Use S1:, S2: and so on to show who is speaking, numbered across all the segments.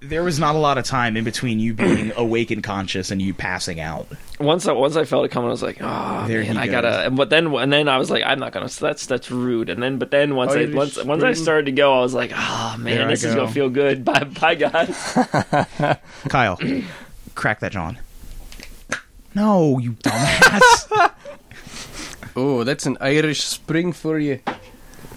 S1: there was not a lot of time in between you being awake and conscious and you passing out.
S2: Once I once I felt it coming, I was like, oh
S1: There
S2: man,
S1: he
S2: I gotta. But then and then I was like, I'm not gonna. So that's that's rude. And then but then once
S3: Oh,
S2: I
S3: you
S2: once
S3: just
S2: once I
S3: scream.
S2: started to go, I was like, oh man,
S3: There I
S2: this is
S3: go.
S2: gonna feel good. Bye bye guys.
S1: Kyle, crack that, John. No, you dumbass.
S3: Oh, that's an Irish spring for you.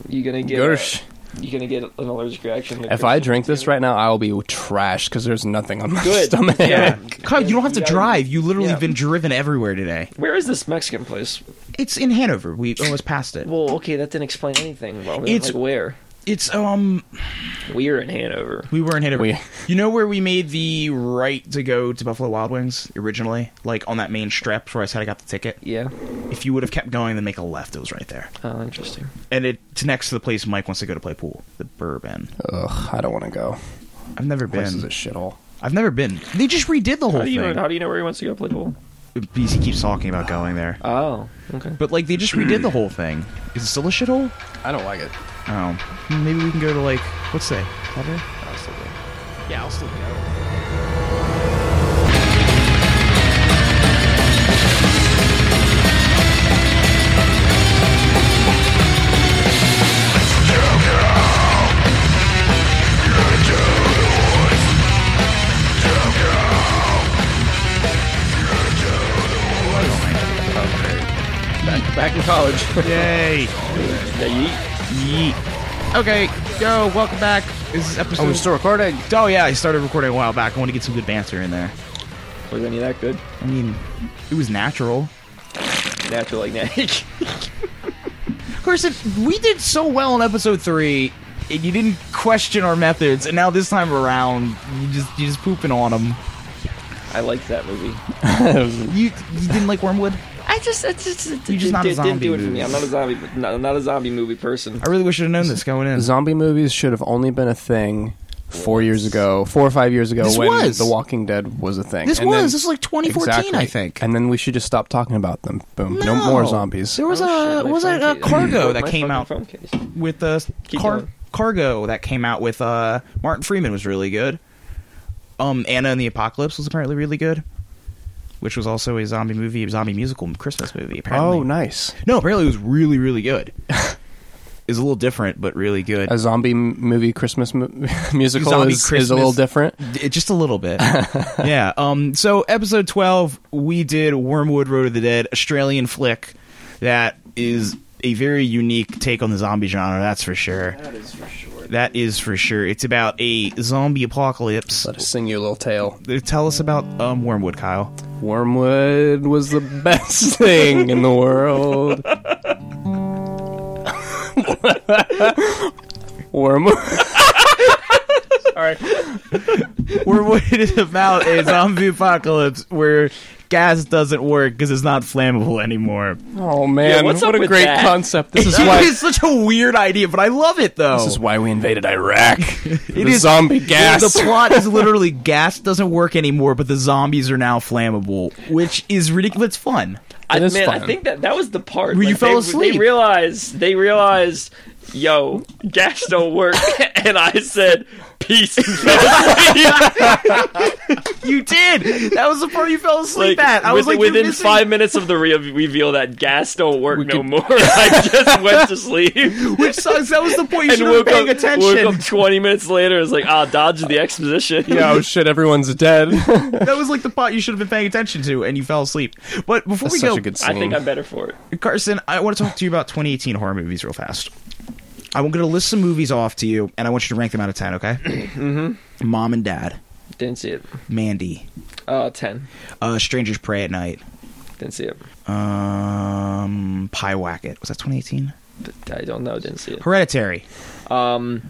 S2: you gonna get a-
S3: Gersh.
S2: you gonna get an allergic reaction.
S3: If I drink this right now, I will be trashed because there's nothing on my
S2: Good.
S3: stomach.
S2: Yeah.
S1: Kyle, you don't have to drive. You literally
S2: Yeah.
S1: been driven everywhere today.
S2: Where is this Mexican place?
S1: It's in Hanover. We almost passed it.
S2: Well, okay, that didn't explain anything. Well,
S1: It's-
S2: it's like where
S1: It's um,
S2: we're in Hanover.
S1: we were in Hanover.
S3: We-
S1: You know where we made the right to go to Buffalo Wild Wings originally, like on that main strip where I said I got the ticket.
S2: Yeah.
S1: If you would have kept going, then make a left. It was right there,
S2: Oh, interesting.
S1: and it- it's next to the place Mike wants to go to play pool, the Bourbon.
S2: Oh.
S3: Ugh, I don't want to go.
S1: I've never
S3: This is a
S1: been.
S3: shithole.
S1: I've never been. They just redid the whole
S2: How do you know,
S1: thing.
S2: how do you know where he wants to go play pool?
S1: BC keeps talking about going there,
S2: Oh, okay.
S1: but like they just redid the whole thing. Is it still a shithole?
S3: I don't like it.
S1: Oh, maybe we can go to like what's that? Yeah, I'll still go.
S3: Back, back in college.
S1: Yay!
S2: Yeah,
S1: Yeet. Okay, yo, welcome back. Is this episode?
S3: oh, we're still recording.
S1: Oh, yeah, I started recording a while back. I want to get some good banter in there.
S2: yeet. was any of that good?
S1: I mean, it was natural.
S2: Natural like that.
S1: Of course, it, we did so well in episode three. And you didn't question our methods, and now this time around, you just you just pooping on them.
S2: I liked that movie.
S1: You you didn't like Wormwood?
S2: I just, I just, it,
S1: You're just
S2: it-
S1: not a
S2: it didn't
S1: zombie
S2: do it for
S1: movie.
S2: me. I'm not a zombie, not, not a zombie movie person.
S1: I really wish I'd have known this going in.
S3: Zombie movies should have only been a thing four years ago, four or five years ago,
S1: This
S3: when
S1: was.
S3: The Walking Dead was a thing.
S1: This
S3: And
S1: was
S3: then-
S1: this was like 2014, I
S3: Exactly.
S1: think.
S3: And then we should just stop talking about them. Boom. No, more zombies.
S1: There was
S2: Oh,
S1: a
S2: shit, my
S1: was
S2: phone
S1: a, a
S2: case.
S1: cargo that
S2: My
S1: came
S2: fucking
S1: out
S2: Phone case.
S1: with uh,
S2: Keep
S1: car-
S2: going.
S1: cargo that came out with uh, Martin Freeman was really good. Um, Anna and the Apocalypse was apparently really good, which was also a zombie movie, a zombie musical Christmas movie. Apparently,
S3: Oh, nice.
S1: no, apparently it was really really good. It's a little different, but really good.
S3: A zombie m- movie Christmas mu- musical
S1: Zombie
S3: is, is a little
S1: Christmas.
S3: different.
S1: D- just a little bit. yeah. Um. So episode twelve, we did Wormwood Road of the Dead, Australian flick that is a very unique take on the zombie genre. That's for sure. That is for sure. That is for sure. It's about a zombie apocalypse.
S3: Let us sing you a little tale.
S1: Uh, Tell us about um Wormwood, Kyle.
S3: Wormwood was the best thing in the world. Wormwood.
S1: Wormwood is about a zombie apocalypse where gas doesn't work because it's not flammable anymore.
S3: Oh man,
S2: what's up
S3: what a
S2: with
S3: great
S2: that?
S3: concept. This is why
S1: it's such a weird idea, but I love it though.
S3: This is why we invaded Iraq. the
S1: is-
S3: zombie gas.
S1: The plot is literally gas doesn't work anymore, but the zombies are now flammable, which is ridiculous. It's fun.
S2: I,
S3: It
S2: man,
S3: is
S2: I
S3: fun.
S2: think that that was the part
S1: Where you
S2: they-
S1: fell
S2: They
S1: asleep.
S2: realized. They realized. Yo, gas don't work, and I said, "Peace." and fell asleep.
S1: You did. That was the part you fell asleep at. I was
S2: with-
S1: like,
S2: within
S1: you're missing-
S2: five minutes of the re- reveal that gas don't work no
S3: could-
S2: more. I just went to sleep.
S1: Which sucks. That was the point. You
S2: And
S1: should have
S2: woke
S1: been paying
S2: up,
S1: attention.
S2: woke up 20 minutes later. It's like, ah, dodge the exposition.
S3: yeah, oh shit, everyone's dead.
S1: That was like the part you should have been paying attention to, and you fell asleep. But before we
S3: such
S1: go,
S3: a good
S2: I
S3: scene.
S2: think I'm better for it.
S1: Carson, I want to talk to you about 2018 horror movies real fast. I'm going to list some movies off to you, and I want you to rank them out of 10, okay? mm-hmm. Mom and Dad,
S2: Didn't see it.
S1: Mandy,
S2: Uh, 10.
S1: uh, Strangers Pray at Night,
S2: Didn't see it.
S1: Um, Pie Wacket. Was that 2018?
S2: I don't know. Didn't see it.
S1: Hereditary.
S2: Um,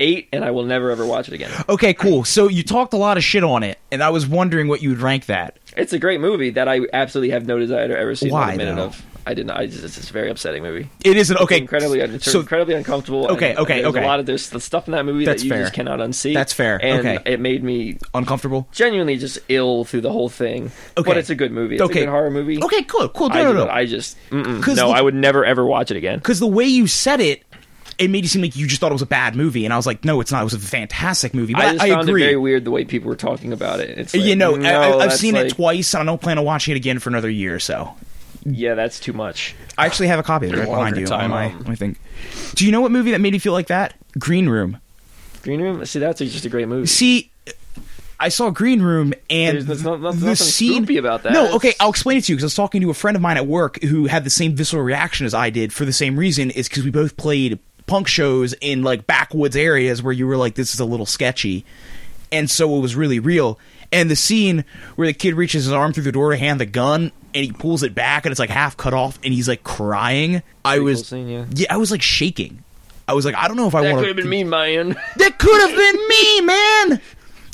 S2: 8, and I will never ever watch it again.
S1: Okay, cool. So you talked a lot of shit on it, and I was wondering what you would rank that.
S2: It's a great movie that I absolutely have no desire to ever see
S1: Why,
S2: another minute
S1: though?
S2: of. I did not. I just, it's just a very upsetting movie.
S1: It is an okay.
S2: incredibly, it's
S1: so
S2: incredibly uncomfortable.
S1: Okay,
S2: and
S1: okay,
S2: there's
S1: okay.
S2: A lot of there's the stuff in that movie
S1: That's
S2: that you
S1: fair.
S2: just cannot unsee.
S1: That's fair,
S2: And
S1: okay.
S2: it made me
S1: uncomfortable.
S2: genuinely just ill through the whole thing.
S1: Okay.
S2: But it's a good movie. It's
S1: Okay.
S2: a good horror movie.
S1: Okay, cool, cool. No,
S2: I,
S1: no,
S2: do-
S1: no.
S2: I just mm-mm.
S1: 'Cause
S2: no.
S1: the-
S2: I would never ever watch it again.
S1: Because the way you said it, it made you seem like you just thought it was a bad movie, and I was like, no, it's not. It was a fantastic movie. But
S2: I just
S1: I,
S2: found
S1: agree. Uh,
S2: it very weird the way people were talking about it. It's like,
S1: you know,
S2: no,
S1: I, I- I've
S2: that's
S1: seen it
S2: like-
S1: twice, and I don't plan on watching it again for another year or so.
S2: Yeah, that's too much.
S1: I actually have a copy of it right behind
S2: Longer
S1: you. on
S2: time,
S1: my,
S2: um,
S1: I think. Do you know what movie that made you feel like that? Green Room.
S2: Green Room. See, that's just a great movie.
S1: See, I saw Green Room and
S2: There's- there's not- not-
S1: the
S2: nothing
S1: scene.
S2: spoopy about that.
S1: No, okay, I'll explain it to you because I was talking to a friend of mine at work who had the same visceral reaction as I did for the same reason. Is because we both played punk shows in like backwoods areas where you were like, this is a little sketchy, and so it was really real. And the scene where the kid reaches his arm through the door to hand the gun and he pulls it back and it's like half cut off and he's like crying. I
S2: Pretty
S1: was
S2: cool scene, yeah.
S1: I was like shaking. I was like, I don't know if I
S2: That
S1: want
S2: could have been me, Mayan.
S1: that could have been me, man.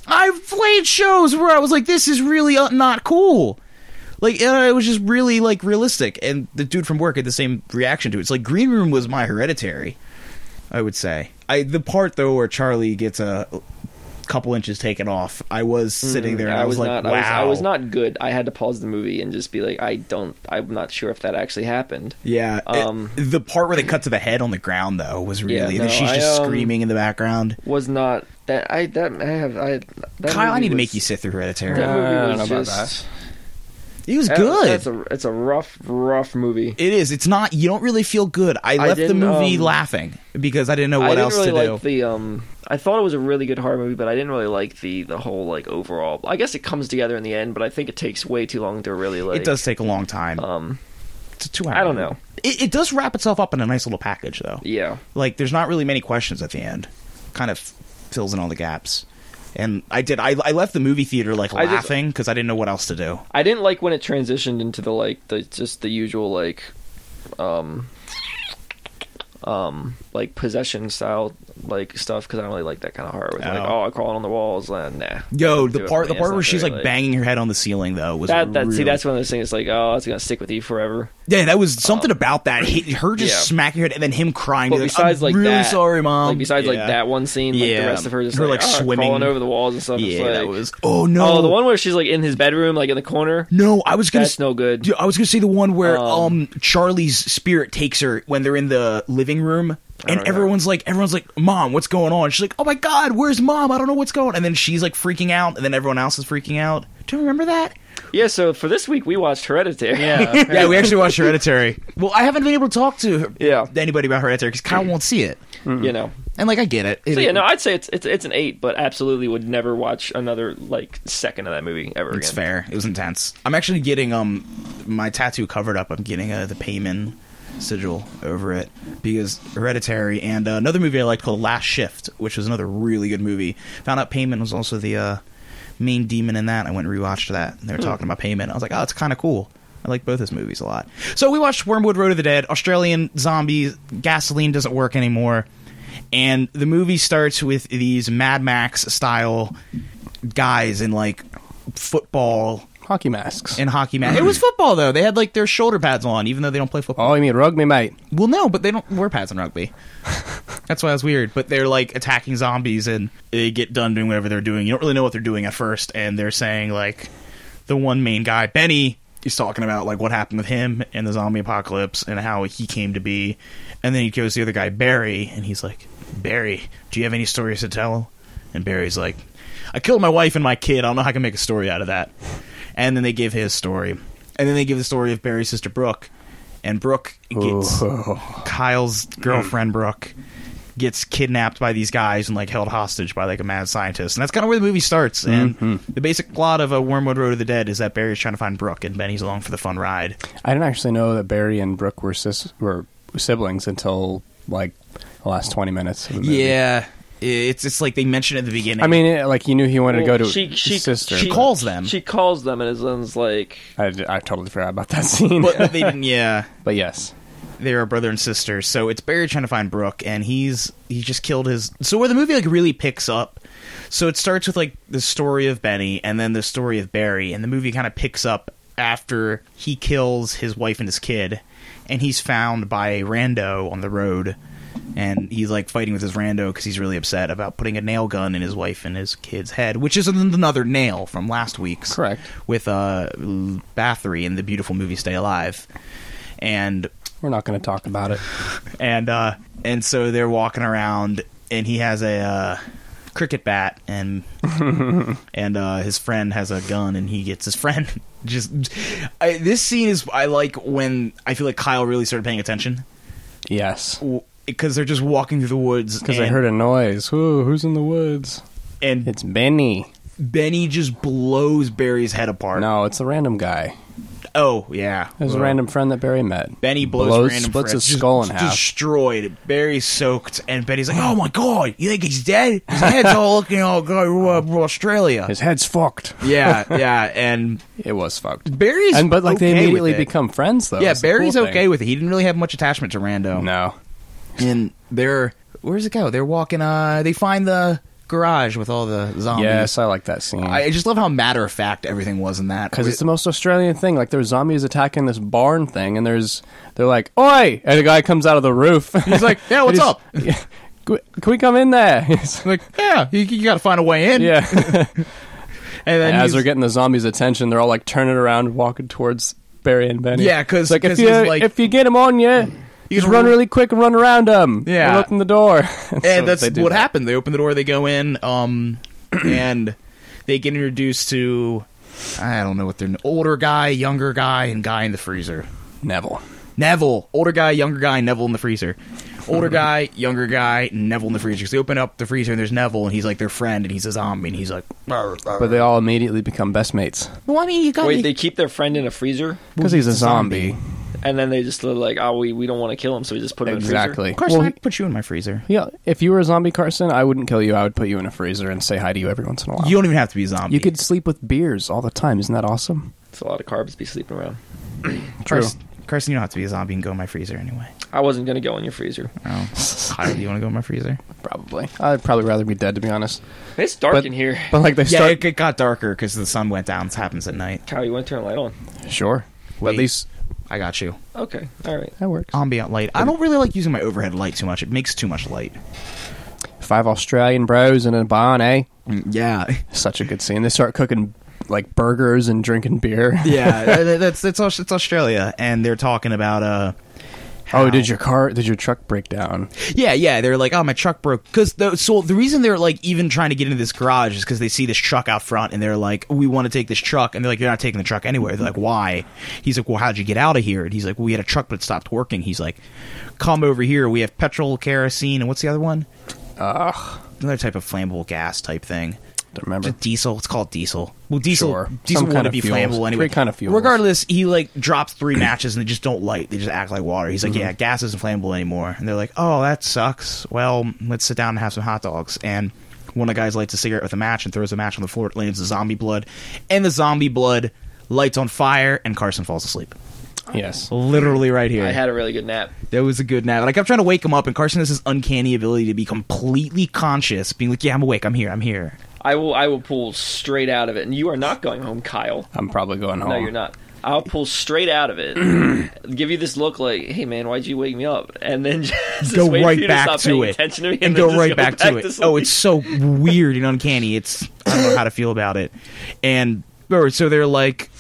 S1: I've played shows where I was like, this is really uh, not cool. Like uh, it was just really like realistic, and the dude from work had the same reaction to it. It's like Green Room was my hereditary, I would say. I the part though where Charlie gets a couple inches taken off, I was sitting there and I,
S2: Hmm, I
S1: was,
S2: was
S1: like,
S2: not.
S1: wow,
S2: I was, I was not good. I had to pause the movie and just be like, I don't. I'm not sure if that actually happened.
S1: Yeah, it-
S2: Um,
S1: the part where they cut to the head on the ground though was
S2: Yeah,
S1: really.
S2: no,
S1: she's
S2: I,
S1: just
S2: um,
S1: screaming in the background.
S2: Was not that I that I have I. That
S1: Kyle, I
S2: movie
S1: need to
S2: was-
S1: make you sit through Hereditary.
S2: That
S3: I
S2: movie
S3: don't
S2: was
S3: know about
S2: just.
S1: It was
S2: that-
S1: good.
S2: That's a it's a rough rough movie.
S1: It is. It's not. You don't really feel good. I left the
S2: didn't,
S1: movie
S2: um,
S1: laughing because I didn't know
S2: I
S1: what
S2: didn't
S1: else
S2: really
S1: to
S2: like
S1: do.
S2: the um. I thought it was a really good horror movie, but I didn't really like the the whole like overall. I guess it comes together in the end, but I think it takes way too long to really like.
S1: it does take a long time.
S2: Um.
S1: it's a two hour.
S2: I don't know.
S1: It, it does wrap itself up in a nice little package, though.
S2: Yeah.
S1: Like, there's not really many questions at the end. Kind of fills in all the gaps. And I did. I, I left the movie theater like
S2: I just-
S1: laughing because I didn't know what else to do.
S2: I didn't like when it transitioned into the like the just the usual like um um like possession style like stuff because I don't really like that kind of horror. With like
S1: Oh.
S2: oh, I crawling on the walls and nah.
S1: Yo, the
S2: Do it
S1: part
S2: for
S1: the
S2: me.
S1: part where
S2: It's not
S1: she's
S2: very,
S1: like banging her head on the ceiling though was
S2: That that see
S1: really-
S2: that's one of those things. Like oh, it's gonna stick with you forever.
S1: yeah that was something about that hit, her just
S2: uh, yeah.
S1: smacking her head and then him crying.
S2: But
S1: be
S2: besides
S1: I'm
S2: like
S1: really
S2: that,
S1: sorry, mom.
S2: Like besides like
S1: Yeah.
S2: that one scene, like
S1: Yeah.
S2: the rest of her just
S1: Her,
S2: like,
S1: like,
S2: "Oh,
S1: swimming-
S2: crawling over the walls and stuff. It's
S1: Yeah,
S2: like,
S1: that was. Oh no!
S2: Oh, the one where she's like in his bedroom, like in the corner.
S1: No, I was gonna.
S2: That's no good.
S1: Dude, I was gonna say the one where um,
S2: Um,
S1: Charlie's spirit takes her when they're in the living room, and
S2: know.
S1: everyone's like, everyone's like, "Mom, what's going on?" She's like, "Oh my god, where's mom? I don't know what's going." on. And then she's like freaking out, and then everyone else is freaking out. Do you remember that?
S2: Yeah. So for this week, we watched Hereditary. Yeah.
S1: Yeah, we actually watched Hereditary. well, I haven't been able to talk to
S2: Yeah.
S1: anybody about Hereditary because Kyle won't see it,
S2: you know.
S1: and like I get it. It-
S2: So yeah, no, I'd say it's it's it's an eight, but absolutely would never watch another like second of that movie ever
S1: It's
S2: again.
S1: fair. It was intense. I'm actually getting um my tattoo covered up. I'm getting uh, the payment sigil over it because Hereditary and uh, another movie I liked called Last Shift, which was another really good movie. Found out payment was also the uh, main demon in that. I went and rewatched that. And they were talking about payment. I was like, oh, that's kind of cool. I like both his movies a lot. So we watched Wormwood Road of the Dead, Australian zombies, gasoline doesn't work anymore. And the movie starts with these Mad Max style guys in like football
S3: Hockey masks.
S1: and hockey match. It was football though. They had like their shoulder pads on, even though they don't play football.
S3: oh, you mean rugby, mate?
S1: Well, no, but they don't wear pads in rugby. That's why it was weird. But they're like attacking zombies, and they get done doing whatever they're doing. You don't really know what they're doing at first, and they're saying like the one main guy, Benny, is talking about like what happened with him and the zombie apocalypse and how he came to be, and then he goes to the other guy, Barry, and he's like, Barry, do you have any stories to tell? And Barry's like, I killed my wife and my kid. I don't know how I can make a story out of that. And then they give his story, and then they give the story of Barry's sister Brooke, and Brooke gets. Kyle's
S3: Mm.
S1: girlfriend Brooke gets kidnapped by these guys and like held hostage by like a mad scientist, and that's kind of where the movie starts. And
S3: Mm-hmm.
S1: the basic plot of a Wormwood Road of the Dead is that Barry's trying to find Brooke, and Benny's along for the fun ride.
S3: I didn't actually know that Barry and Brooke were sis- were siblings until like the last twenty minutes. Of the movie.
S1: Yeah, it's it's like they mentioned at the beginning.
S3: I mean, it, like you knew he wanted
S2: Well,
S3: to go to
S2: she-
S3: his
S2: she-
S3: sister.
S1: she
S3: but
S1: calls them,
S2: She calls them and is is like,
S3: I, d- I totally forgot about that scene.
S1: but, but they didn't. Yeah,
S3: but yes,
S1: they are a brother and sister. So it's Barry trying to find Brooke, and he's he just killed his. So where the movie like really picks up. So it starts with like the story of Benny, and then the story of Barry, and the movie kind of picks up after he kills his wife and his kid, and he's found by a rando on the road, and he's like fighting with his rando because he's really upset about putting a nail gun in his wife and his kid's head, which is an- another nail from last week's
S3: Correct.
S1: with uh Bathory in the beautiful movie Stay Alive. And
S3: We're not going to talk about it.
S1: and uh, and so they're walking around, and he has a uh, cricket bat, and and uh, his friend has a gun, and he gets his friend. Just I, this scene is I like when I feel like Kyle really started paying attention
S3: Yes.
S1: because they're just walking through the woods
S3: Because I heard a noise. Whoa, who's in the woods?
S1: and
S3: It's Benny.
S1: Benny just blows Barry's head apart.
S3: No, it's a random guy.
S1: Oh yeah,
S3: It was a random friend that Barry met.
S1: Benny blows,
S3: Blows-
S1: random
S3: splits
S1: friends,
S3: his skull in
S1: just
S3: half.
S1: Destroyed. Barry's soaked, and Benny's like, "Oh my god, you think he's dead? His head's all looking all go uh, Australia."
S3: His head's fucked.
S1: yeah, yeah, and
S3: It was fucked.
S1: Barry's
S3: And but like
S1: okay
S3: they
S1: with
S3: immediately
S1: it.
S3: become friends though.
S1: yeah.
S3: That's the
S1: Barry's
S3: cool thing.
S1: okay with it. He didn't really have much attachment to Rando.
S3: No.
S1: And they're where's it go? They're walking. Uh, they find the garage with all the zombies.
S3: Yes, I like that scene.
S1: Oh, I I just love how matter of fact everything was in that.
S3: because it's the most Australian thing. Like there's zombies attacking this barn thing, and there's they're like, "Oi!" and a guy comes out of the roof.
S1: He's like, "Yeah, what's up?"
S3: Yeah, "Can we- can we come in there? He's like,
S1: like, yeah, you, you got to find a way in.
S3: yeah.
S1: and then
S3: And as
S1: he's-
S3: they're getting the zombies' attention, they're all like turning around, walking towards Barry and Benny.
S1: Yeah, 'cause-
S3: It's like
S1: 'cause
S3: if you
S1: he's like-
S3: if you get them on you, you just
S1: can
S3: run
S1: run-
S3: really quick and run around them.
S1: Yeah.
S3: and open the door. and
S1: and that's what happened. They open the door, they go in, um, and they get introduced to I don't know what they're an older guy, younger guy, and guy in the freezer.
S3: Neville.
S1: Neville, older guy, younger guy, Neville in the freezer. Older guy, younger guy, Neville in the freezer. Because they open up the freezer and there's Neville, and he's like their friend, and he's a zombie, and he's like,
S3: But they all immediately become best mates
S1: well, I mean, you got
S2: Wait, they keep their friend in a freezer,
S3: because he's a zombie.
S2: and then they just are like, oh, we, we don't want to kill him, so we just put him
S3: Exactly.
S1: of course,
S3: Well,
S1: I put you in my freezer.
S3: Yeah, if you were a zombie, Carson, I wouldn't kill you. I would put you in a freezer and say hi to you every once in a while.
S1: You don't even have to be a zombie.
S3: uh, You could sleep with beers all the time. Isn't that awesome?
S2: in a freezer. It's a lot of carbs to be sleeping around.
S1: Carson, Carson, you don't have to be a zombie. You can go in my freezer anyway.
S2: I wasn't gonna go in your freezer.
S1: Oh, Kyle, you want to go in my freezer?
S3: Probably. I'd probably rather be dead, to be honest.
S2: It's dark
S3: But-
S2: in here.
S3: But like they
S1: Yeah,
S3: start.
S1: it, it got darker because the sun went down. This happens at night.
S2: Kyle, you want to turn a light on?
S3: Sure. But
S1: Wait. Um,
S3: at least
S1: I got you.
S2: Okay, all right.
S3: that works.
S1: Ambient light. I don't really like using my overhead light too much. It makes too much light.
S3: Five Australian bros in a barn, eh?
S1: Mm, Yeah,
S3: Such a good scene. They start cooking like burgers and drinking beer.
S1: yeah. that- that's that's Aus- it's Australia, and they're talking about uh.
S3: oh, did your car? Did your truck break down?
S1: Yeah, yeah. They're like, oh, my truck broke. Because the so the reason they're like even trying to get into this garage is because they see this truck out front, and they're like, we want to take this truck, and they're like, you're not taking the truck anywhere. They're like, why? He's like, well, how'd you get out of here? And he's like, well, we had a truck, but it stopped working. He's like, come over here. We have petrol, kerosene, and what's the other one?
S3: Ugh.
S1: Another type of flammable gas type thing.
S3: Don't remember.
S1: Just diesel. It's called diesel. Well, diesel,
S3: Sure.
S1: diesel
S3: Some
S1: would
S3: kind
S1: to
S3: of
S1: be
S3: fuels.
S1: flammable anyway.
S3: Three kind of fuels.
S1: Regardless, he like drops three matches and they just don't light. They just act like water. He's like, yeah, gas isn't flammable anymore. And they're like, oh, that sucks. Well, let's sit down and have some hot dogs. And one of the guys lights a cigarette with a match and throws a match on the floor. It lands in zombie blood, and the zombie blood lights on fire, and Carson falls asleep.
S3: Yes.
S1: Literally right here.
S2: I had a really good nap.
S1: That was a good nap. And I kept trying to wake him up, and Carson has this uncanny ability to be completely conscious, being like, yeah, I'm awake. I'm here. I'm here.
S2: I will I will pull straight out of it, and you are not going home, Kyle.
S3: I'm probably going
S1: Oh.
S3: home.
S2: No, you're not. I'll pull straight out of it, give you this look like, "Hey man, why'd you wake me up?" And then just
S1: go
S2: wait for
S1: right
S2: you
S1: back
S2: to, stop
S1: to
S2: paying
S1: it
S2: attention to me,
S1: and,
S2: then
S1: go
S2: just
S1: right back, to it. oh,
S2: sleep.
S1: it's so weird and uncanny. It's I don't know how to feel about it. And or, so they're like,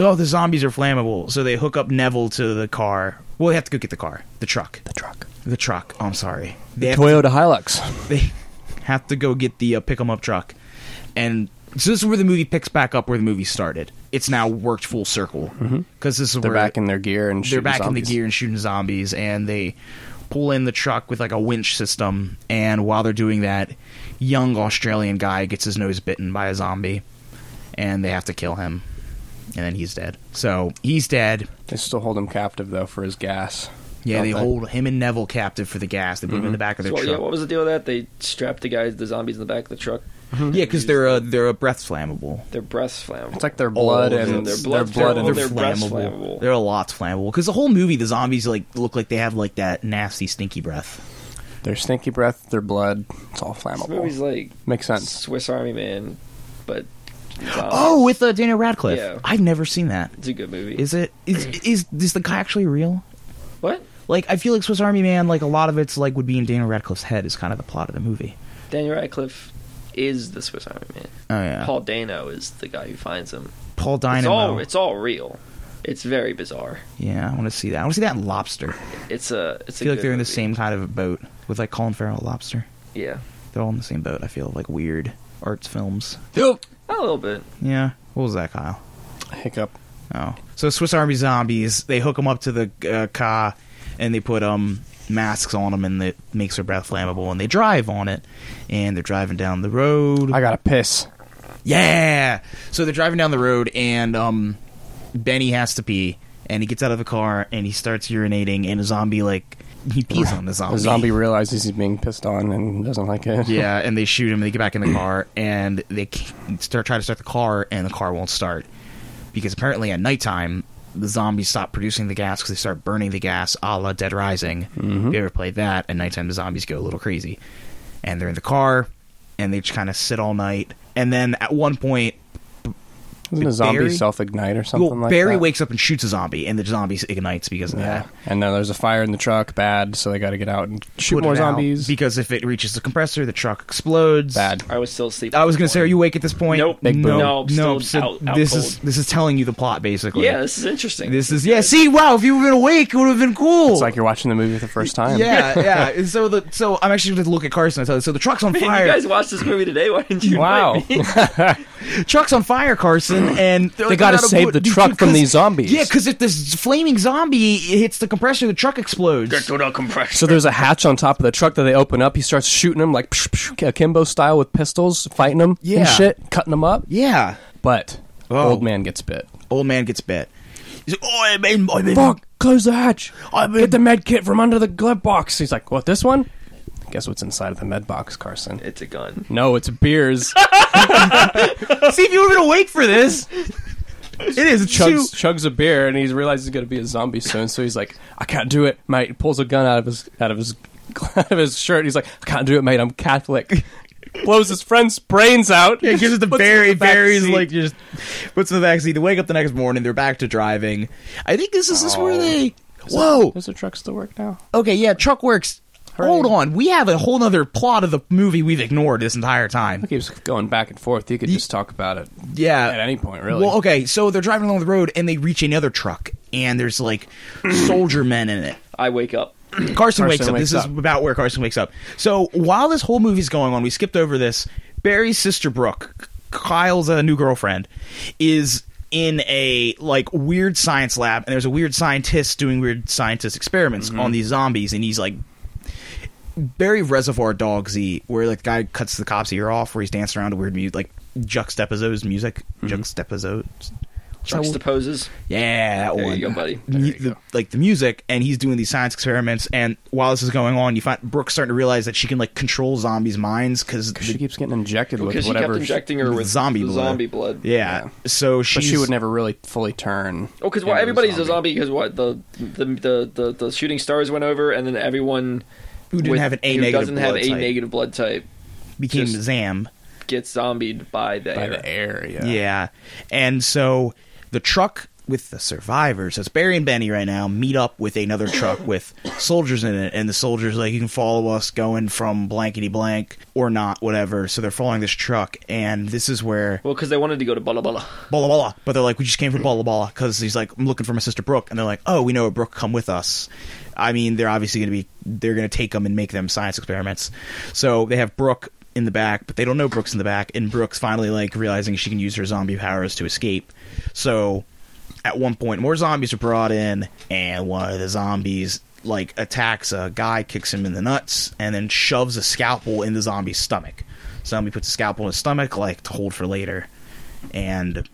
S1: oh, the zombies are flammable. So they hook up Neville to the car. Well, they have to go get the car, the truck,
S3: The truck.
S1: the truck. Oh, I'm sorry. They have,
S3: Toyota Hilux.
S1: to, they have to go get the uh, pick 'em up truck. And so this is where the movie picks back up where the movie started. It's now worked full circle because this is
S3: Mm-hmm. They're
S1: where
S3: back in their gear and
S1: they're
S3: shooting
S1: back in
S3: zombies.
S1: the gear and shooting zombies and they pull in the truck with like a winch system and while they're doing that young australian guy gets his nose bitten by a zombie and they have to kill him and then he's dead so he's dead
S3: They still hold him captive though for his gas.
S1: yeah
S3: Don't
S1: they hold him and neville captive for the gas they put him in the back of their
S2: So, yeah,
S1: truck
S2: what was the deal with that? They strapped the guys, the zombies in the back of the truck.
S1: yeah because they're a they're a breath flammable
S2: Their breath's flammable.
S3: It's like their blood
S1: Oh,
S3: and
S2: their
S3: their
S2: blood-
S3: blood,
S2: their-
S3: and
S2: their- breath's flammable.
S1: They're a lot flammable because the whole movie, the zombies like look like they have like that nasty, stinky breath.
S3: their stinky breath, their blood. It's all
S2: This
S3: flammable.
S2: movie's like
S3: Makes sense.
S2: Swiss Army Man, but zombies.
S1: Oh, with uh, Daniel Radcliffe.
S2: Yeah.
S1: I've never seen that.
S2: it's a good movie.
S1: Is it is is is the guy actually real?
S2: what?
S1: Like I feel like Swiss Army Man, like a lot of it's like would be in Daniel Radcliffe's head is kind of the plot of the movie.
S2: Daniel Radcliffe is the Swiss Army Man.
S1: Oh yeah, Paul,
S2: Paul Dano is the guy who finds him.
S1: Paul Dino.
S2: It's all it's all real. It's very bizarre.
S1: Yeah, I want to see that. I want to see that in Lobster.
S2: It's a. It's
S1: I feel
S2: a
S1: like
S2: good
S1: they're in the
S2: movie.
S1: same kind of boat with like Colin Farrell, and Lobster.
S2: Yeah,
S1: They're all in the same boat. I feel like weird arts films.
S2: a little bit.
S1: Yeah. What was that, Kyle?
S3: Hiccup.
S1: Oh, so Swiss Army zombies. They hook them up to the uh, car, and they put um masks on them, and it makes their breath flammable. And they drive on it, and they're driving down the road.
S3: I gotta piss.
S1: yeah. So they're driving down the road, and um, Benny has to pee, and he gets out of the car, and he starts urinating, and a zombie like he pees on the zombie.
S3: The zombie realizes he's being pissed on and doesn't like it.
S1: Oh, Yeah, and they shoot him. and They get back in the car and they c- start trying to start the car, and the car won't start because apparently at nighttime the zombies stop producing the gas because they start burning the gas, a la Dead Rising. If you ever played that? At nighttime the zombies go a little crazy, and they're in the car, and they just kind of sit all night. And then at one point,
S3: Doesn't a zombie
S1: Barry-
S3: self ignite or something
S1: well,
S3: like
S1: Barry
S3: that?
S1: wakes up and shoots a zombie, and the zombie ignites because eh. of
S3: Yeah.
S1: that.
S3: And now there's a fire in the truck, bad, so they gotta get out and shoot
S1: Put
S3: more
S1: it out,
S3: zombies.
S1: because if it reaches the compressor, the truck explodes.
S3: bad.
S2: I was still asleep.
S1: I was gonna say, are you awake at this point?
S2: Nope.
S3: Big
S1: no,
S3: boom.
S1: no.
S2: No, still
S1: so
S2: out- out
S1: this
S2: cold.
S1: is this is telling you the plot basically.
S2: Yeah, this is interesting.
S1: This is yeah. See, wow, if you were been awake, it would have been cool.
S3: It's like you're watching the movie for the first time.
S1: yeah, yeah. And so the so I'm actually gonna look at Carson. and tell you. So the truck's on
S2: Man,
S1: fire.
S2: you guys watched this movie today. Why didn't you?
S3: Wow.
S2: invite me?
S1: truck's on fire, Carson, and they're like,
S3: gotta
S1: "We're out of
S3: save
S1: wood."
S3: the
S1: Dude,
S3: truck
S1: dude,
S3: from
S1: 'cause-
S3: these zombies.
S1: Yeah, because if this flaming zombie hits the compressor, the truck explodes.
S3: So there's a hatch on top of the truck that they open up. He starts shooting them like psh, psh, akimbo style with pistols, fighting them
S1: Yeah.
S3: and shit, cutting them up.
S1: yeah,
S3: But
S1: Oh.
S3: old man gets bit.
S1: old man gets bit. He's like, oh, I made, I made
S3: Fuck! Close the hatch.
S1: I mean-
S3: Get the med kit from under the glove box. He's like, what? This one? Guess what's inside of the med box, Carson?
S2: It's a gun.
S3: No, it's beers.
S1: See if you would have been awake for this. It is two.
S3: chugs, chugs a beer and he realizes he's gonna be a zombie soon. So he's like, I can't do it, mate. He pulls a gun out of his out of his out of his shirt. He's like, I can't do it, mate. I'm Catholic. Blows his friend's brains out.
S1: Yeah, gives it to
S3: Puts in
S1: Barry.
S3: the back
S1: Barry's
S3: seat.
S1: like just puts in the backseat. They wake up the next morning. They're back to driving. I think this is this where
S3: Oh.
S1: they. Whoa.
S3: Does the truck still work now?
S1: Okay. Yeah. Truck works.
S3: Hooray.
S1: Hold on. We have a whole nother plot of the movie we've ignored this entire time.
S3: It keeps going back and forth. You could just talk about it
S1: Yeah.
S3: at any point, really.
S1: Well, okay. So they're driving along the road and they reach another truck and there's like soldier men in it.
S2: I wake up.
S1: Carson, wakes up.
S3: wakes
S1: this
S3: up.
S1: is about where Carson wakes up. So while this whole movie's going on, we skipped over this. Barry's sister Brooke, Kyle's uh, new girlfriend, is in a like weird science lab, and there's a weird scientist doing weird scientist experiments
S3: Mm-hmm.
S1: on these zombies, and he's like very Reservoir Dogsy, where like the guy cuts the cop's ear off, where he's dancing around to weird music, like juxtaposes music,
S3: Mm-hmm.
S1: juxtaposes.
S2: Juxtaposes.
S1: Yeah, that
S2: There you
S1: one.
S2: go, buddy.
S1: Mu-
S2: There you
S1: the-
S2: go.
S1: Like the music, and he's doing these science experiments. And while this is going on, you find Brooke's starting to realize that she can like control zombies' minds because
S3: she keeps getting injected with
S2: Because he kept
S3: whatever.
S2: injecting her
S1: with
S2: with
S1: zombie
S2: the
S1: blood.
S2: Zombie blood.
S1: yeah.
S3: Yeah.
S1: So
S3: but
S1: she's,
S3: she would never really fully turn.
S2: Oh, because
S3: into
S2: why
S3: a
S2: everybody's a zombie? Because what the, the the the the shooting stars went over, and then everyone
S1: Who didn't have an A
S2: who
S1: negative
S2: doesn't have
S1: blood
S2: a
S1: type.
S2: negative blood type
S1: became
S2: just-
S1: Zam.
S2: gets zombied by the
S3: By
S2: air.
S3: the air, yeah.
S1: Yeah. And so the truck with the survivors. So it's Barry and Benny right now meet up with another truck with soldiers in it, and the soldiers like you can follow us going from blankety blank or not, whatever. So they're following this truck, and this is where
S2: Well, because they wanted to go to Bala Bala.
S1: Bala Bala. But they're like, we just came from Bala Bala because he's like, I'm looking for my sister Brooke. And they're like, oh, we know her. Brooke, come with us. I mean, they're obviously going to be, they're going to take them and make them science experiments. So they have Brooke in the back, but they don't know Brooke's in the back. And Brooke's finally like realizing she can use her zombie powers to escape. So at one point, more zombies are brought in, and one of the zombies like attacks a guy, kicks him in the nuts, and then shoves a scalpel in the zombie's stomach. Zombie puts a scalpel in his stomach, like to hold for later. And